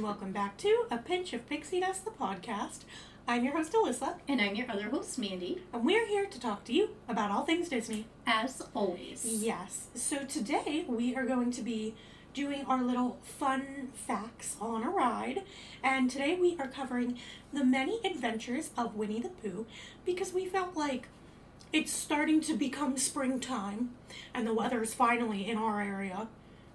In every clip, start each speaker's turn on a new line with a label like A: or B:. A: welcome back to A Pinch of Pixie Dust, the podcast. I'm your host, Alyssa,
B: And I'm your other host, Mandy,
A: and we're here to talk to you about all things Disney.
B: as always.
A: Yes, so today we are going to be doing our little fun facts on a ride, and today we are covering the many adventures of Winnie the Pooh because we felt like it's starting to become springtime and the weather is finally in our area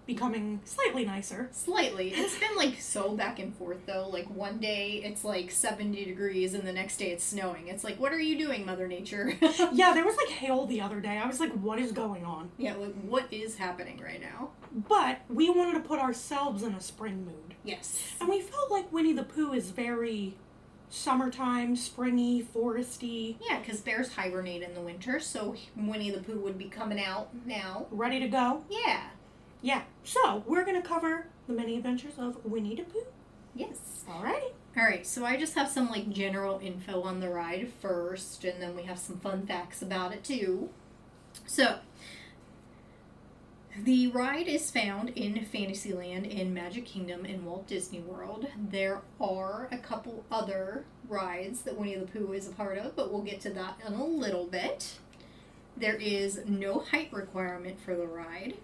A: becoming slightly nicer.
B: Slightly. It's been like so back and forth though. Like one day it's like 70 degrees and the next day it's snowing. It's like, what are you doing, Mother Nature?
A: Yeah, there was like hail the other day. I was like, what is going on?
B: yeah, like what is happening right now?
A: But we wanted to put ourselves in a spring mood.
B: Yes.
A: And we felt like Winnie the Pooh is very summertime, springy, foresty,
B: Yeah, because bears hibernate in the winter, so Winnie the Pooh would be coming out now.
A: ready to go.
B: Yeah.
A: Yeah. So we're going to cover the many adventures of Winnie the Pooh.
B: Yes.
A: Alrighty.
B: All right, so I just have some like general info on the ride first, and then we have some fun facts about it too. So, the ride is found in Fantasyland in Magic Kingdom in Walt Disney World. There are a couple other rides that Winnie the Pooh is a part of, but we'll get to that in a little bit. There is no height requirement for the ride.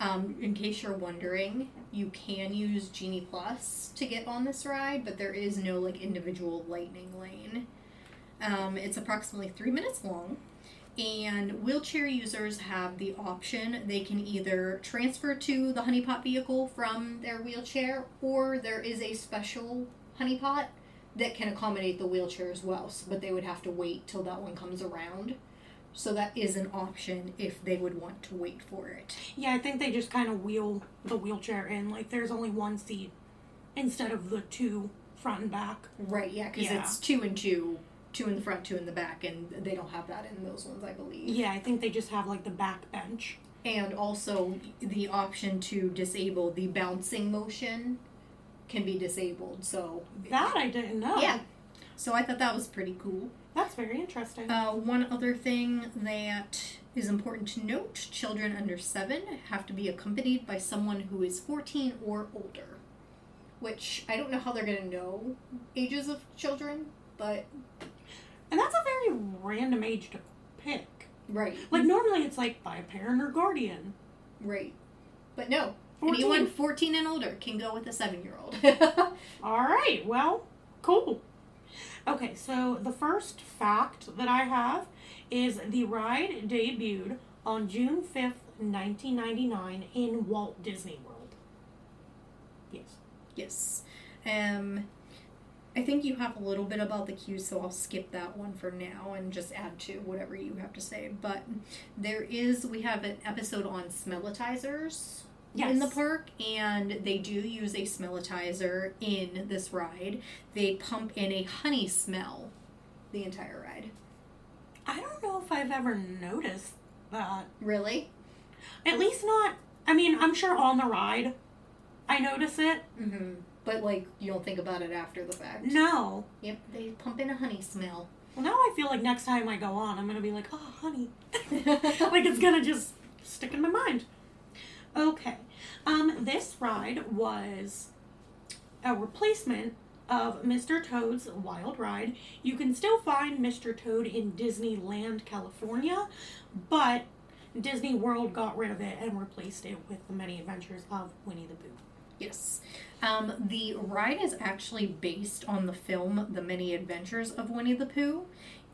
B: Um, in case you're wondering, you can use Genie Plus to get on this ride, but there is no like individual lightning lane. Um, it's approximately three minutes long, and wheelchair users have the option they can either transfer to the honeypot vehicle from their wheelchair, or there is a special honeypot that can accommodate the wheelchair as well. So, but they would have to wait till that one comes around. So that is an option if they would want to wait for it.
A: Yeah, I think they just kind of wheel the wheelchair in. Like there's only one seat instead of the two front and back.
B: Right, yeah, because
A: Yeah.
B: it's two and two, two in the front, two in the back, and they don't have that in those ones, I believe.
A: Yeah, I think they just have like the back bench.
B: And also the option to disable the bouncing motion can be disabled. So
A: That I didn't know.
B: yeah, so I thought that was pretty cool.
A: That's very interesting.
B: Uh, one other thing that is important to note: children under seven have to be accompanied by someone who is fourteen or older. Which I don't know how they're gonna know ages of children, but
A: And that's a very random age to pick.
B: right,
A: Like normally it's like by a parent or guardian.
B: Right. But no,
A: 14.
B: anyone 14 and older can go with a seven year old.
A: All right. Well, cool. Okay, so the first fact that I have is the ride debuted on June 5th, 1999 in Walt Disney World. Yes.
B: yes. Um, I think you have a little bit about the cues, so I'll skip that one for now and just add to whatever you have to say. But there is, we have an episode on smellitizers.
A: Yes.
B: in the park and they do use a smellitizer in this ride they pump in a honey smell the entire ride
A: I don't know if I've ever noticed that.
B: really
A: At least not I mean, I'm sure on the ride I notice it.
B: mm-hmm. but like you don't think about it after the fact
A: Mm. No.
B: Yep, they pump in a honey smell.
A: Well, now I feel like next time I go on, I'm going to be like, "Oh, honey." like it's gonna just stick in my mind. Okay, um, this ride was a replacement of Mr. Toad's Wild Ride. You can still find Mr. Toad in Disneyland, California, but Disney World got rid of it and replaced it with the Many Adventures of Winnie the Pooh.
B: yes. Um, the ride is actually based on the film The Many Adventures of Winnie the Pooh,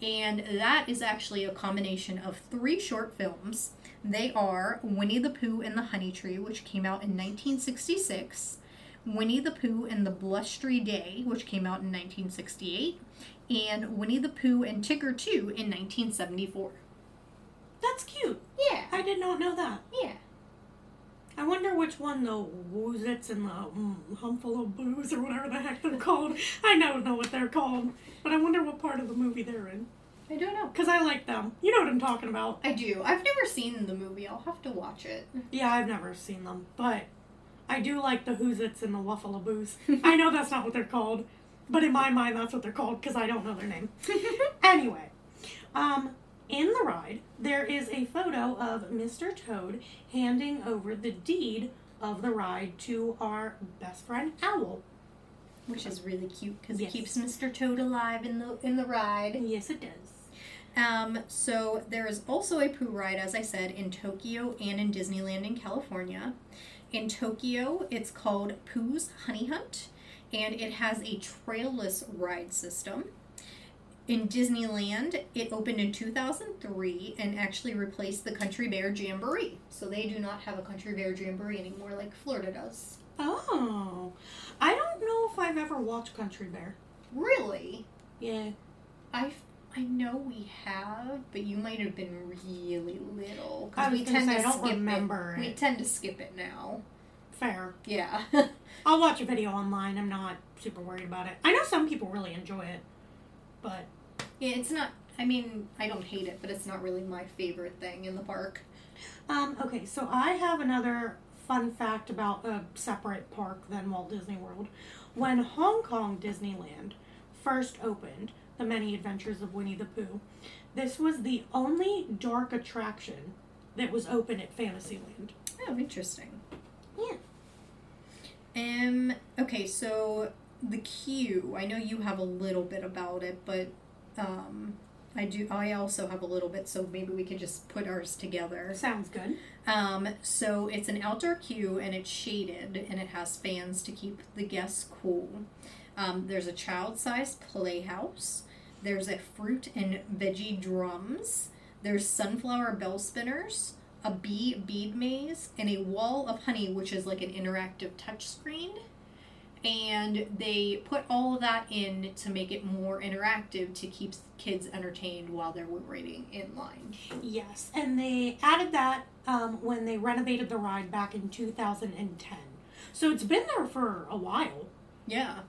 B: and that is actually a combination of three short films. They are Winnie the Pooh and the Honey Tree, which came out in 1966, Winnie the Pooh and the Blustery Day, which came out in 1968, and Winnie the Pooh and Tigger 2 in 1974.
A: That's cute.
B: Yeah,
A: I did not know that.
B: yeah.
A: I wonder which one the Woozits and the mm, Humful of Boos or whatever the heck they're called. I don't know what they're called, but I wonder what part of the movie they're in.
B: I don't know.
A: Because I like them. You know what I'm talking about.
B: I do. I've never seen the movie. I'll have to watch it.
A: Yeah, I've never seen them, but I do like the Whoozits and the Waffalaboos. I know that's not what they're called, but in my mind, that's what they're called because I don't know their name. Anyway, um, in the ride, there is a photo of Mr. Toad handing over the deed of the ride to our best friend Owl.
B: which is really cute because
A: Yes.
B: it keeps Mr. Toad alive in the in the ride.
A: Yes, it does.
B: Um, so there is also a poo ride, as I said, in Tokyo and in Disneyland in California. In Tokyo, it's called Pooh's Honey Hunt, and it has a trailless ride system. In Disneyland, it opened in 2003 and actually replaced the Country Bear Jamboree. So they do not have a Country Bear Jamboree anymore like Florida does.
A: Oh, I don't know if I've ever watched Country Bear.
B: Really?
A: Yeah.
B: I I know we have, but you might have been really little. 'cause
A: I was
B: we
A: gonna
B: tend
A: say,
B: to
A: I don't
B: skip it.
A: remember
B: We
A: it.
B: tend to skip it now.
A: Fair.
B: Yeah.
A: I'll watch a video online. I'm not super worried about it. I know some people really enjoy it, but
B: yeah, it's not. I mean, I don't hate it, but it's not really my favorite thing in the park.
A: um, okay. So I have another fun fact about a separate park than Walt Disney World. When Hong Kong Disneyland first opened, The Many Adventures of Winnie the Pooh, this was the only dark attraction that was open at Fantasyland.
B: Oh, interesting.
A: Yeah.
B: Um. Okay, so the queue. I know you have a little bit about it, but um, I do. I also have a little bit, so maybe we could just put ours together.
A: Sounds good.
B: Um, so it's an outdoor queue and it's shaded and it has fans to keep the guests cool. Um, there's a child sized playhouse. There's a fruit and veggie drums. There's sunflower bell spinners, a bee bead maze, and a wall of honey, which is like an interactive touch screen. And they put all of that in to make it more interactive to keep kids entertained while they're waiting in line.
A: Yes, and they added that um, when they renovated the ride back in 2010. So it's been there for a while.
B: Yeah.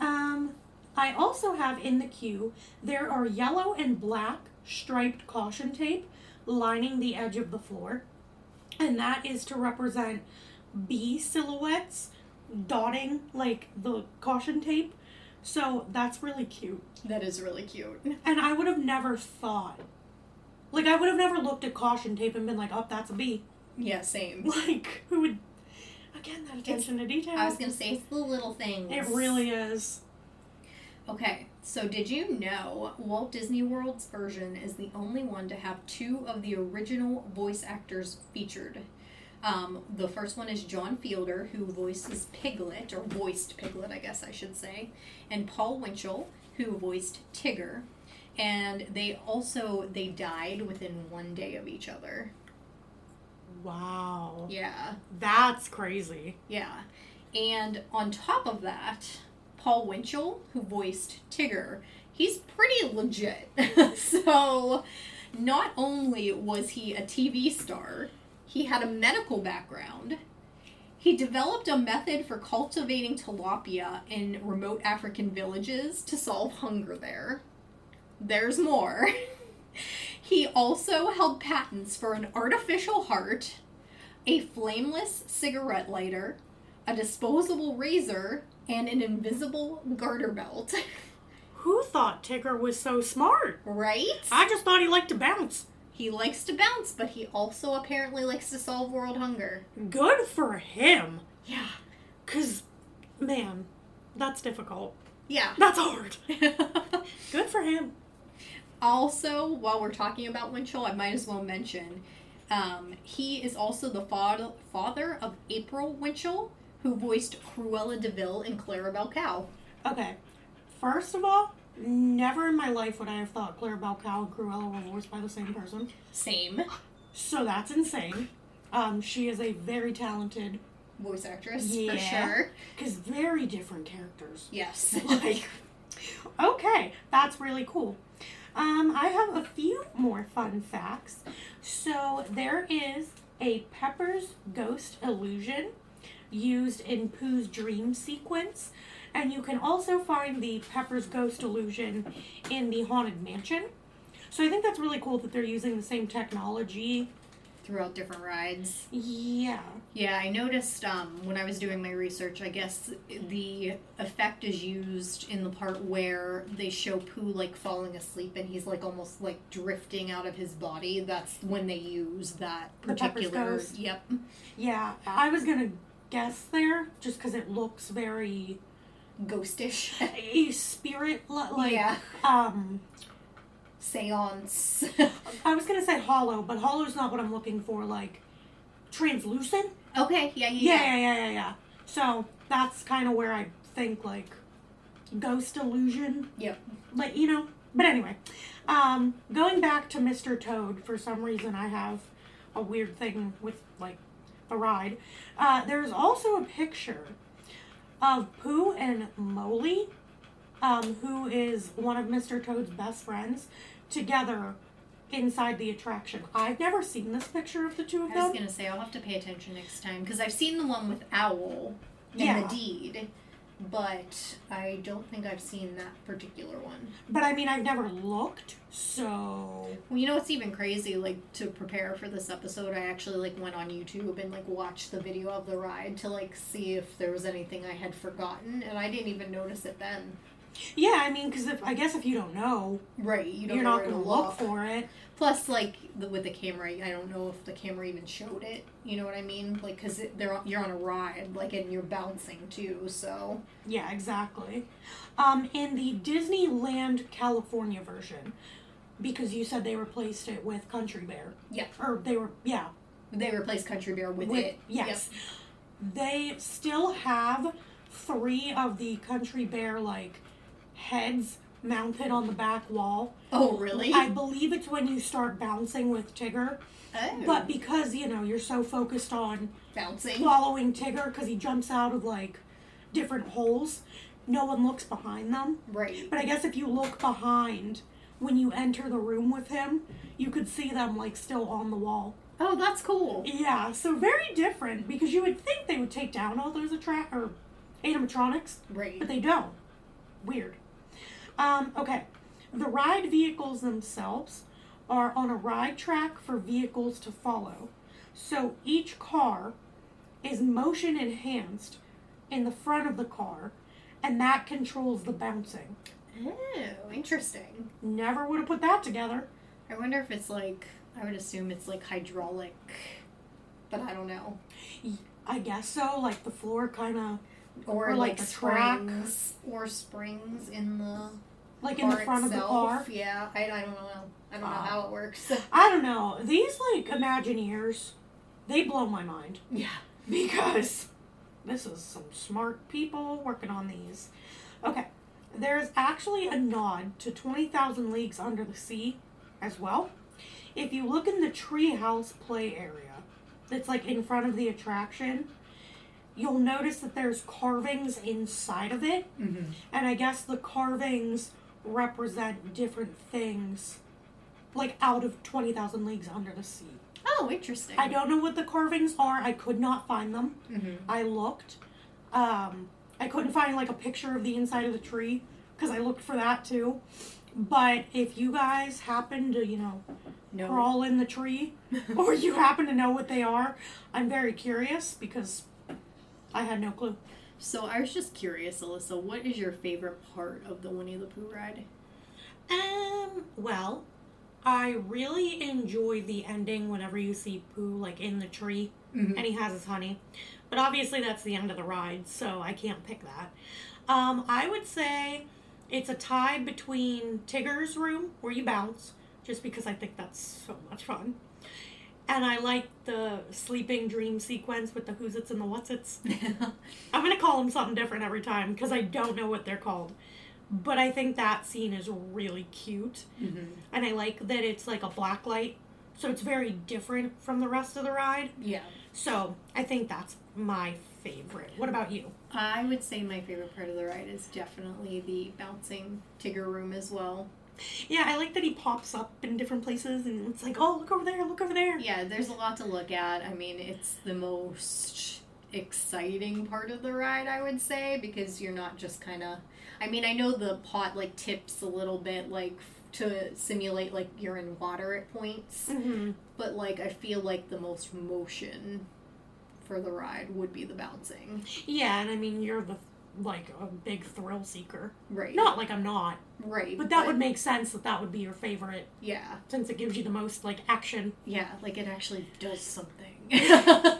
A: Um, I also have in the queue there are yellow and black striped caution tape lining the edge of the floor, and that is to represent bee silhouettes dotting like the caution tape. So that's really cute.
B: That is really cute.
A: And I would have never thought. Like, I would have never looked at caution tape and been like, oh, that's a bee.
B: Yeah, same.
A: Like, who would. Again, that attention to detail.
B: I was gonna say it's the little things.
A: it really is.
B: Okay, so did you know Walt Disney World's version is the only one to have two of the original voice actors featured? Um, the first one is John Fielder, who voices Piglet, or voiced Piglet, I guess I should say, and Paul Winchell, who voiced Tigger. And they also they died within one day of each other.
A: Wow.
B: Yeah.
A: That's crazy.
B: Yeah. And on top of that, Paul Winchell, who voiced Tigger, he's pretty legit. so not only was he a TV star, he had a medical background. He developed a method for cultivating tilapia in remote African villages to solve hunger there. There's more. he also held patents for an artificial heart, a flameless cigarette lighter, a disposable razor, and an invisible garter belt.
A: Who thought Tigger was so smart?
B: right?
A: I just thought he liked to bounce.
B: He likes to bounce, but he also apparently likes to solve world hunger.
A: Good for him.
B: Yeah.
A: Because, man, that's difficult.
B: Yeah.
A: That's hard. Good for him.
B: also, while we're talking about Winchell, I might as well mention um, he is also the fa- father of April Winchell, who voiced Cruella DeVille in Clarabelle Cow.
A: Okay. First of all, never in my life would I have thought Clarabelle Cow and Cruella were voiced by the same person.
B: Same
A: So that's insane. Um, she is a very talented,
B: voice actress for
A: Yeah.
B: sure.
A: because very different characters.
B: Yes.
A: Like, okay, that's really cool. Um, I have a few more fun facts. So there is a Pepper's ghost illusion used in Pooh's dream sequence, and you can also find the Pepper's ghost illusion in the Haunted Mansion. So I think that's really cool that they're using the same technology.
B: Throughout different rides.
A: Yeah.
B: Yeah, I noticed um, when I was doing my research, I guess the effect is used in the part where they show Pooh like falling asleep and he's like almost like drifting out of his body. That's when they use that
A: The Pepper's
B: particular.
A: Ghost.
B: Yep.
A: Yeah, I was gonna guess there just because it looks very
B: ghostish.
A: a spirit li- like
B: yeah.
A: um
B: Seance.
A: I was gonna say hollow, but hollow's not what I'm looking for, like translucent?
B: okay, yeah, yeah.
A: Yeah, yeah, yeah, yeah, yeah. So that's kinda where I think like ghost illusion.
B: Yep.
A: Like you know but anyway. Um going back to Mr. Toad, for some reason I have a weird thing with like the ride. Uh there's also a picture of Pooh and Molly, um, who is one of Mr. Toad's best friends, together inside the attraction. I've never seen this picture of the two of
B: I was
A: them.
B: gonna say I'll have to pay attention next time because I've seen the one with owl in
A: Yeah.
B: the deed, but I don't think I've seen that particular one.
A: But I mean, I've never looked, so.
B: Well, you know what's even crazy? Like to prepare for this episode, I actually like went on YouTube and like watched the video of the ride to like see if there was anything I had forgotten, and I didn't even notice it then.
A: Yeah, I mean, because I guess if you don't know,
B: Right, you
A: you
B: don't
A: are
B: know
A: not
B: where
A: going to
B: to
A: look for it.
B: Plus, like the, with the camera, I don't know if the camera even showed it. You know what I mean? Like, cause it, they're on- you're on a ride, like, and you're bouncing too. So
A: Yeah, exactly. Um, in the Disneyland California version, because you said they replaced it with Country Bear.
B: Yeah.
A: Or they were, yeah,
B: they replaced Country Bear with,
A: With-
B: it.
A: Yes. They still have three of the country bear like heads mounted on the back wall.
B: Yep. Oh, really?
A: I believe it's when you start bouncing with Tigger,
B: oh,
A: but because you know you're so focused on
B: bouncing.
A: following Tigger because he jumps out of like different holes, no one looks behind them.
B: Right.
A: But I guess if you look behind when you enter the room with him, you could see them like still on the wall.
B: Oh, that's cool.
A: Yeah, so very different because you would think they would take down all those attract or animatronics,
B: Right.
A: but they don't. Weird. Um, okay, the ride vehicles themselves are on a ride track for vehicles to follow. So each car is motion enhanced in the front of the car, and that controls the bouncing.
B: Oh, interesting.
A: Never would have put that together.
B: I wonder if it's like I would assume it's like hydraulic, but I don't know.
A: I guess so. Like the floor kind of
B: Or,
A: Or, like,
B: like,
A: the track.
B: springs or springs in the
A: like in the
B: car
A: front of the
B: itself.
A: car.
B: Yeah, I, I don't know. I don't know
A: Ah.
B: how it works.
A: I don't know. These like Imagineers, they blow my mind
B: yeah.
A: because this is some smart people working on these. Okay, there's actually a nod to Twenty Thousand Leagues Under the Sea as well. If you look in the treehouse play area, that's like in front of the attraction. You'll notice that there's carvings inside of it,
B: Mm-hmm.
A: and I guess the carvings represent different things, like out of 20,000 Leagues Under the Sea.
B: Oh, interesting.
A: I don't know what the carvings are. I could not find them.
B: hmm
A: I looked. Um, I couldn't find like a picture of the inside of the tree because I looked for that too. But if you guys happen to, you know,
B: No.
A: crawl in the tree or you happen to know what they are, I'm very curious because I had no clue.
B: So I was just curious, Alyssa. What is your favorite part of the Winnie the Pooh ride?
A: Um, well, I really enjoy the ending whenever you see Pooh like in the tree and he has his honey. But obviously that's the end of the ride, so I can't pick that. Um, I would say it's a tie between Tigger's room where you bounce, just because I think that's so much fun. And I like the sleeping dream sequence with the who's its and the what's its. I'm gonna call them something different every time because I don't know what they're called. But I think that scene is really cute, and I like that it's like a black light, so it's very different from the rest of the ride.
B: Yeah.
A: So I think that's my favorite. What about you?
B: I would say my favorite part of the ride is definitely the bouncing Tigger room as well.
A: Yeah, I like that he pops up in different places, and it's like, oh, look over there, look over there.
B: Yeah, there's a lot to look at. I mean, it's the most exciting part of the ride, I would say, because you're not just kind of. I mean, I know the pot like tips a little bit, like f- to simulate like you're in water at points,
A: hmm
B: but like I feel like the most motion for the ride would be the bouncing.
A: Yeah, and I mean, you're the like a big thrill seeker.
B: Right.
A: Not like I'm not,
B: Right.
A: but that would make sense that that would be your favorite
B: Yeah.
A: since it gives you the most like action.
B: Yeah. Like it actually does something.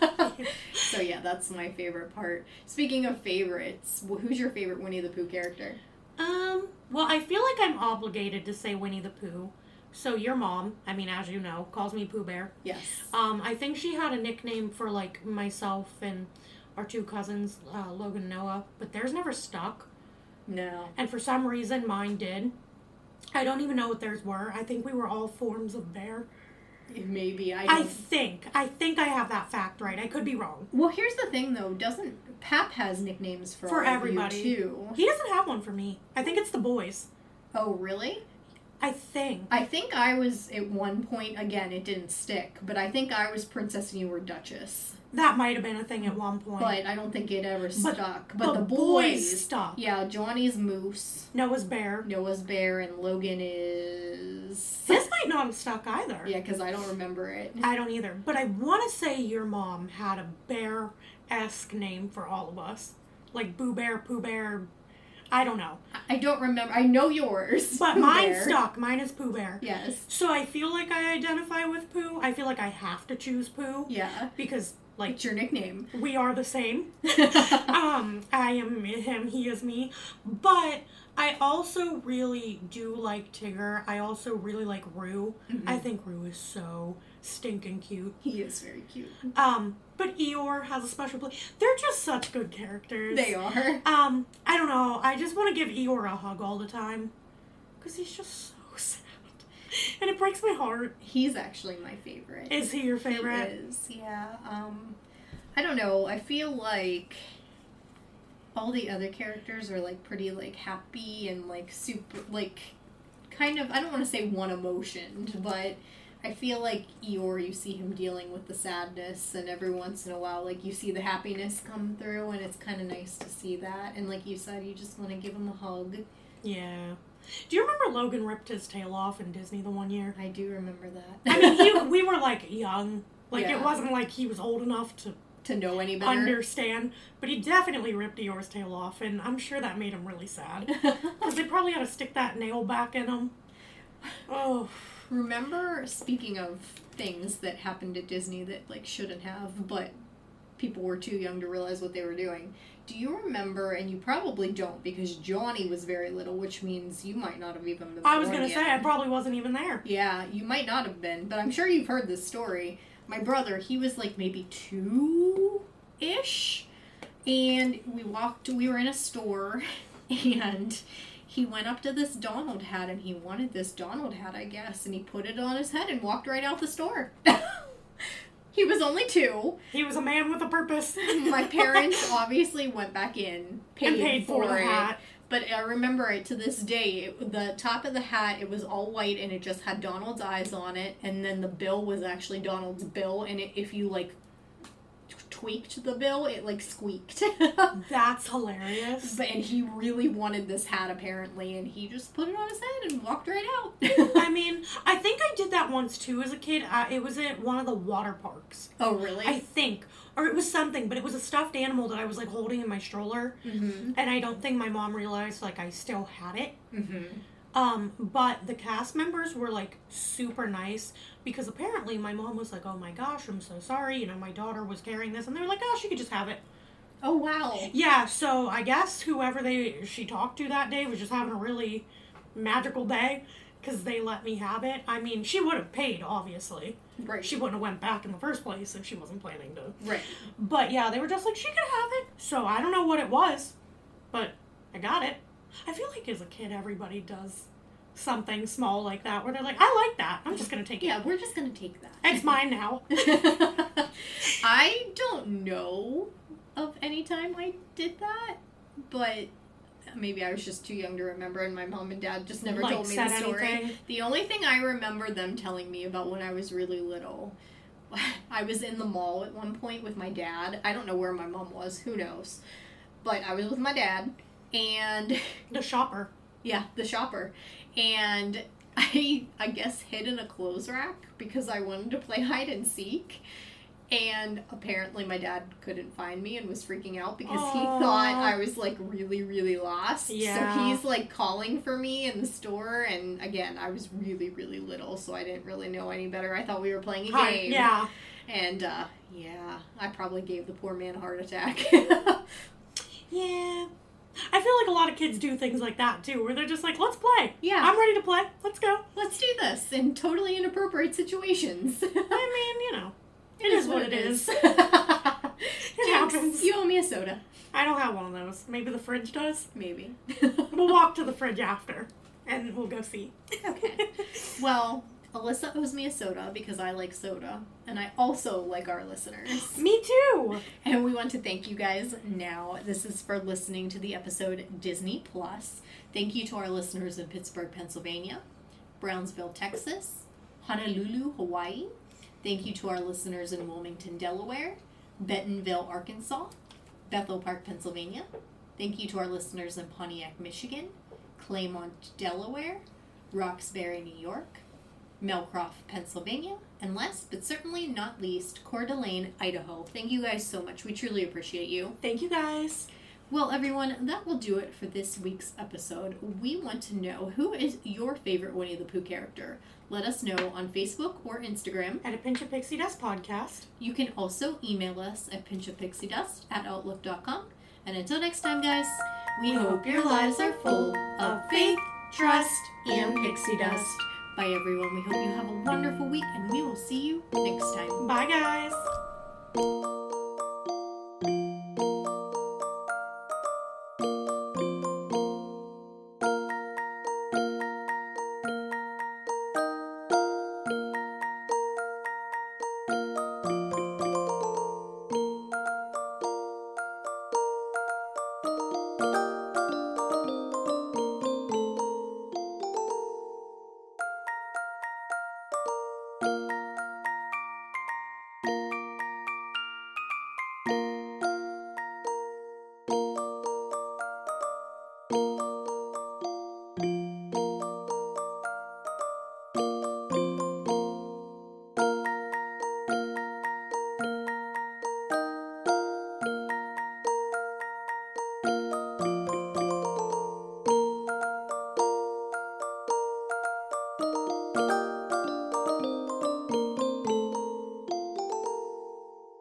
B: so yeah, that's my favorite part. Speaking of favorites, wh- who's your favorite Winnie the Pooh character?
A: Um, well, I feel like I'm obligated to say Winnie the Pooh. So your mom, I mean, as you know, calls me Pooh Bear.
B: Yes.
A: Um, I think she had a nickname for like myself and our two cousins, uh, Logan and Noah, but theirs never stuck.
B: No.
A: And for some reason, mine did. I don't even know what theirs were. I think we were all forms of bear.
B: Maybe I.
A: I
B: don't-
A: think. I think I have that fact right. I could be wrong.
B: well, here's the thing though. Doesn't Pap has nicknames for
A: For
B: all of you,
A: everybody.
B: too?
A: He doesn't have one for me. I think it's the boys.
B: Oh really?
A: I think.
B: I think I was at one point again. It didn't stick, but I think I was princess and you were duchess.
A: That might have been a thing at one point.
B: But I don't think it ever
A: But
B: stuck. But the,
A: boys stuck.
B: Yeah, Johnny's moose.
A: Noah's bear.
B: Noah's bear and Logan is.
A: This might not have stuck either.
B: Yeah, because I don't remember it.
A: I don't either. But I want to say your mom had a bear esque name for all of us. Like Boo Bear, Pooh Bear. I don't know.
B: I don't remember. I know yours.
A: But
B: Pooh
A: mine
B: Bear.
A: stuck. Mine is Pooh Bear.
B: Yes.
A: So I feel like I identify with Pooh. I feel like I have to choose Pooh
B: Yeah.
A: because, like,
B: It's your nickname.
A: we are the same. um, I am him, he is me. But I also really do like Tigger. I also really like Roo. I
B: Mm.
A: think Roo is so stinking cute.
B: he is very cute.
A: Um, but Eeyore has a special place. They're just such good characters.
B: They are.
A: Um, I don't know. I just want to give Eeyore a hug all the time. Because he's just so sad. And it breaks my heart.
B: He's actually my favorite.
A: Is he your favorite?
B: He is. Yeah. Um, I don't know. I feel like all the other characters are like pretty like happy and like super like kind of I don't want to say one emotioned, but I feel like Eeyore, you see him dealing with the sadness, and every once in a while, like you see the happiness come through, and it's kind of nice to see that. And like you said, you just want to give him a hug.
A: Yeah. Do you remember Logan ripped his tail off in Disney the one year?
B: I do remember that.
A: I mean, he, we were like young. Like,
B: Yeah.
A: it wasn't like he was old enough to
B: to know any better.
A: understand, but he definitely ripped Eeyore's tail off, and I'm sure that made him really sad. Because they probably had to stick that nail back in him. Oh.
B: Remember, speaking of things that happened at Disney that like shouldn't have, but people were too young to realize what they were doing. Do you remember? And you probably don't because Johnny was very little, which means you might not have even been.
A: I was
B: born
A: gonna
B: yet.
A: say I probably wasn't even there.
B: Yeah, you might not have been, but I'm sure you've heard this story. My brother, he was like maybe two ish, and we walked, we were in a store, and he went up to this Donald hat and he wanted this Donald hat, I guess, and he put it on his head and walked right out the store. he was only two.
A: He was a man with a purpose.
B: My parents obviously went back in, paid,
A: and paid for, the
B: it.
A: hat.
B: But I remember it to this day. It, the top of the hat, it was all white and it just had Donald's eyes on it. And then the bill was actually Donald's bill. And it, if you like t- tweaked the bill, it like squeaked. but
A: That's hilarious.
B: and he really wanted this hat apparently, and he just put it on his head and walked right out.
A: I mean, I think I did that once too as a kid. Uh, it was at one of the water parks,
B: oh really?
A: I think, or it was something. But it was a stuffed animal that I was like holding in my stroller,
B: mm-hmm.
A: and I don't think my mom realized like I still had it.
B: Mm-hmm.
A: Um, but the cast members were like super nice because apparently my mom was like, "Oh my gosh, I'm so sorry," you know, my daughter was carrying this, and they were like, "Oh, she could just have it."
B: Oh wow.
A: Yeah, so I guess whoever they she talked to that day was just having a really magical day because they let me have it. I mean, she would have paid obviously.
B: Right.
A: She wouldn't have went back in the first place if she wasn't planning to.
B: right.
A: But yeah, they were just like she could have it. So I don't know what it was, but I got it. I feel like as a kid everybody does something small like that where they're like, "I like that. I'm just going to take it.
B: Yeah, we're just gonna take that.
A: It's mine now."
B: I don't know of any time I did that, but maybe I was just too young to remember, and my mom and dad just never
A: Like,
B: told me the
A: said
B: story.
A: anything?
B: The only thing I remember them telling me about when I was really little, I was in the mall at one point with my dad. I don't know where my mom was, who knows, but I was with my dad, and
A: The shopper.
B: yeah, the shopper. And I I guess hid in a clothes rack because I wanted to play hide and seek. And apparently, my dad couldn't find me and was freaking out because he
A: Aw.
B: thought I was like really, really lost. So
A: Yeah.
B: he's like calling for me in the store. And again, I was really, really little, so I didn't really know any better. I thought we were playing a
A: Hi,
B: game.
A: yeah.
B: And uh, yeah, I probably gave the poor man a heart attack.
A: Yeah. I feel like a lot of kids do things like that too, where they're just like, let's play.
B: yeah,
A: I'm ready to play. Let's go.
B: let's do this in totally inappropriate situations.
A: I mean, you know, it is what it is. It
B: Jinx,
A: happens.
B: You owe me a soda.
A: I don't have one of those. Maybe the fridge does.
B: Maybe.
A: We'll walk to the fridge after and we'll go see.
B: Okay. well, Alyssa owes me a soda because I like soda, and I also like our listeners.
A: Me too.
B: And we want to thank you guys now. This is for listening to the episode Disney Plus. Thank you to our listeners in Pittsburgh, Pennsylvania, Brownsville, Texas, Honolulu, Hawaii. Thank you to our listeners in Wilmington, Delaware, Bentonville, Arkansas, Bethel Park, Pennsylvania. Thank you to our listeners in Pontiac, Michigan, Claymont, Delaware, Roxbury, New York, Melcroft, Pennsylvania, and last but certainly not least, Coeur d'Alene, Idaho. Thank you guys so much. We truly appreciate you.
A: Thank you guys.
B: Well, everyone, that will do it for this week's episode. We want to know who is your favorite Winnie the Pooh character. Let us know on Facebook or Instagram.
A: At a Pinch of Pixie Dust podcast.
B: You can also email us at pinchofpixiedust at outlook.com. And until next time, guys, we hope your lives are full of faith, trust, and pixie dust. Bye, everyone. We hope you have a wonderful week, and we will see you next time.
A: Bye, guys.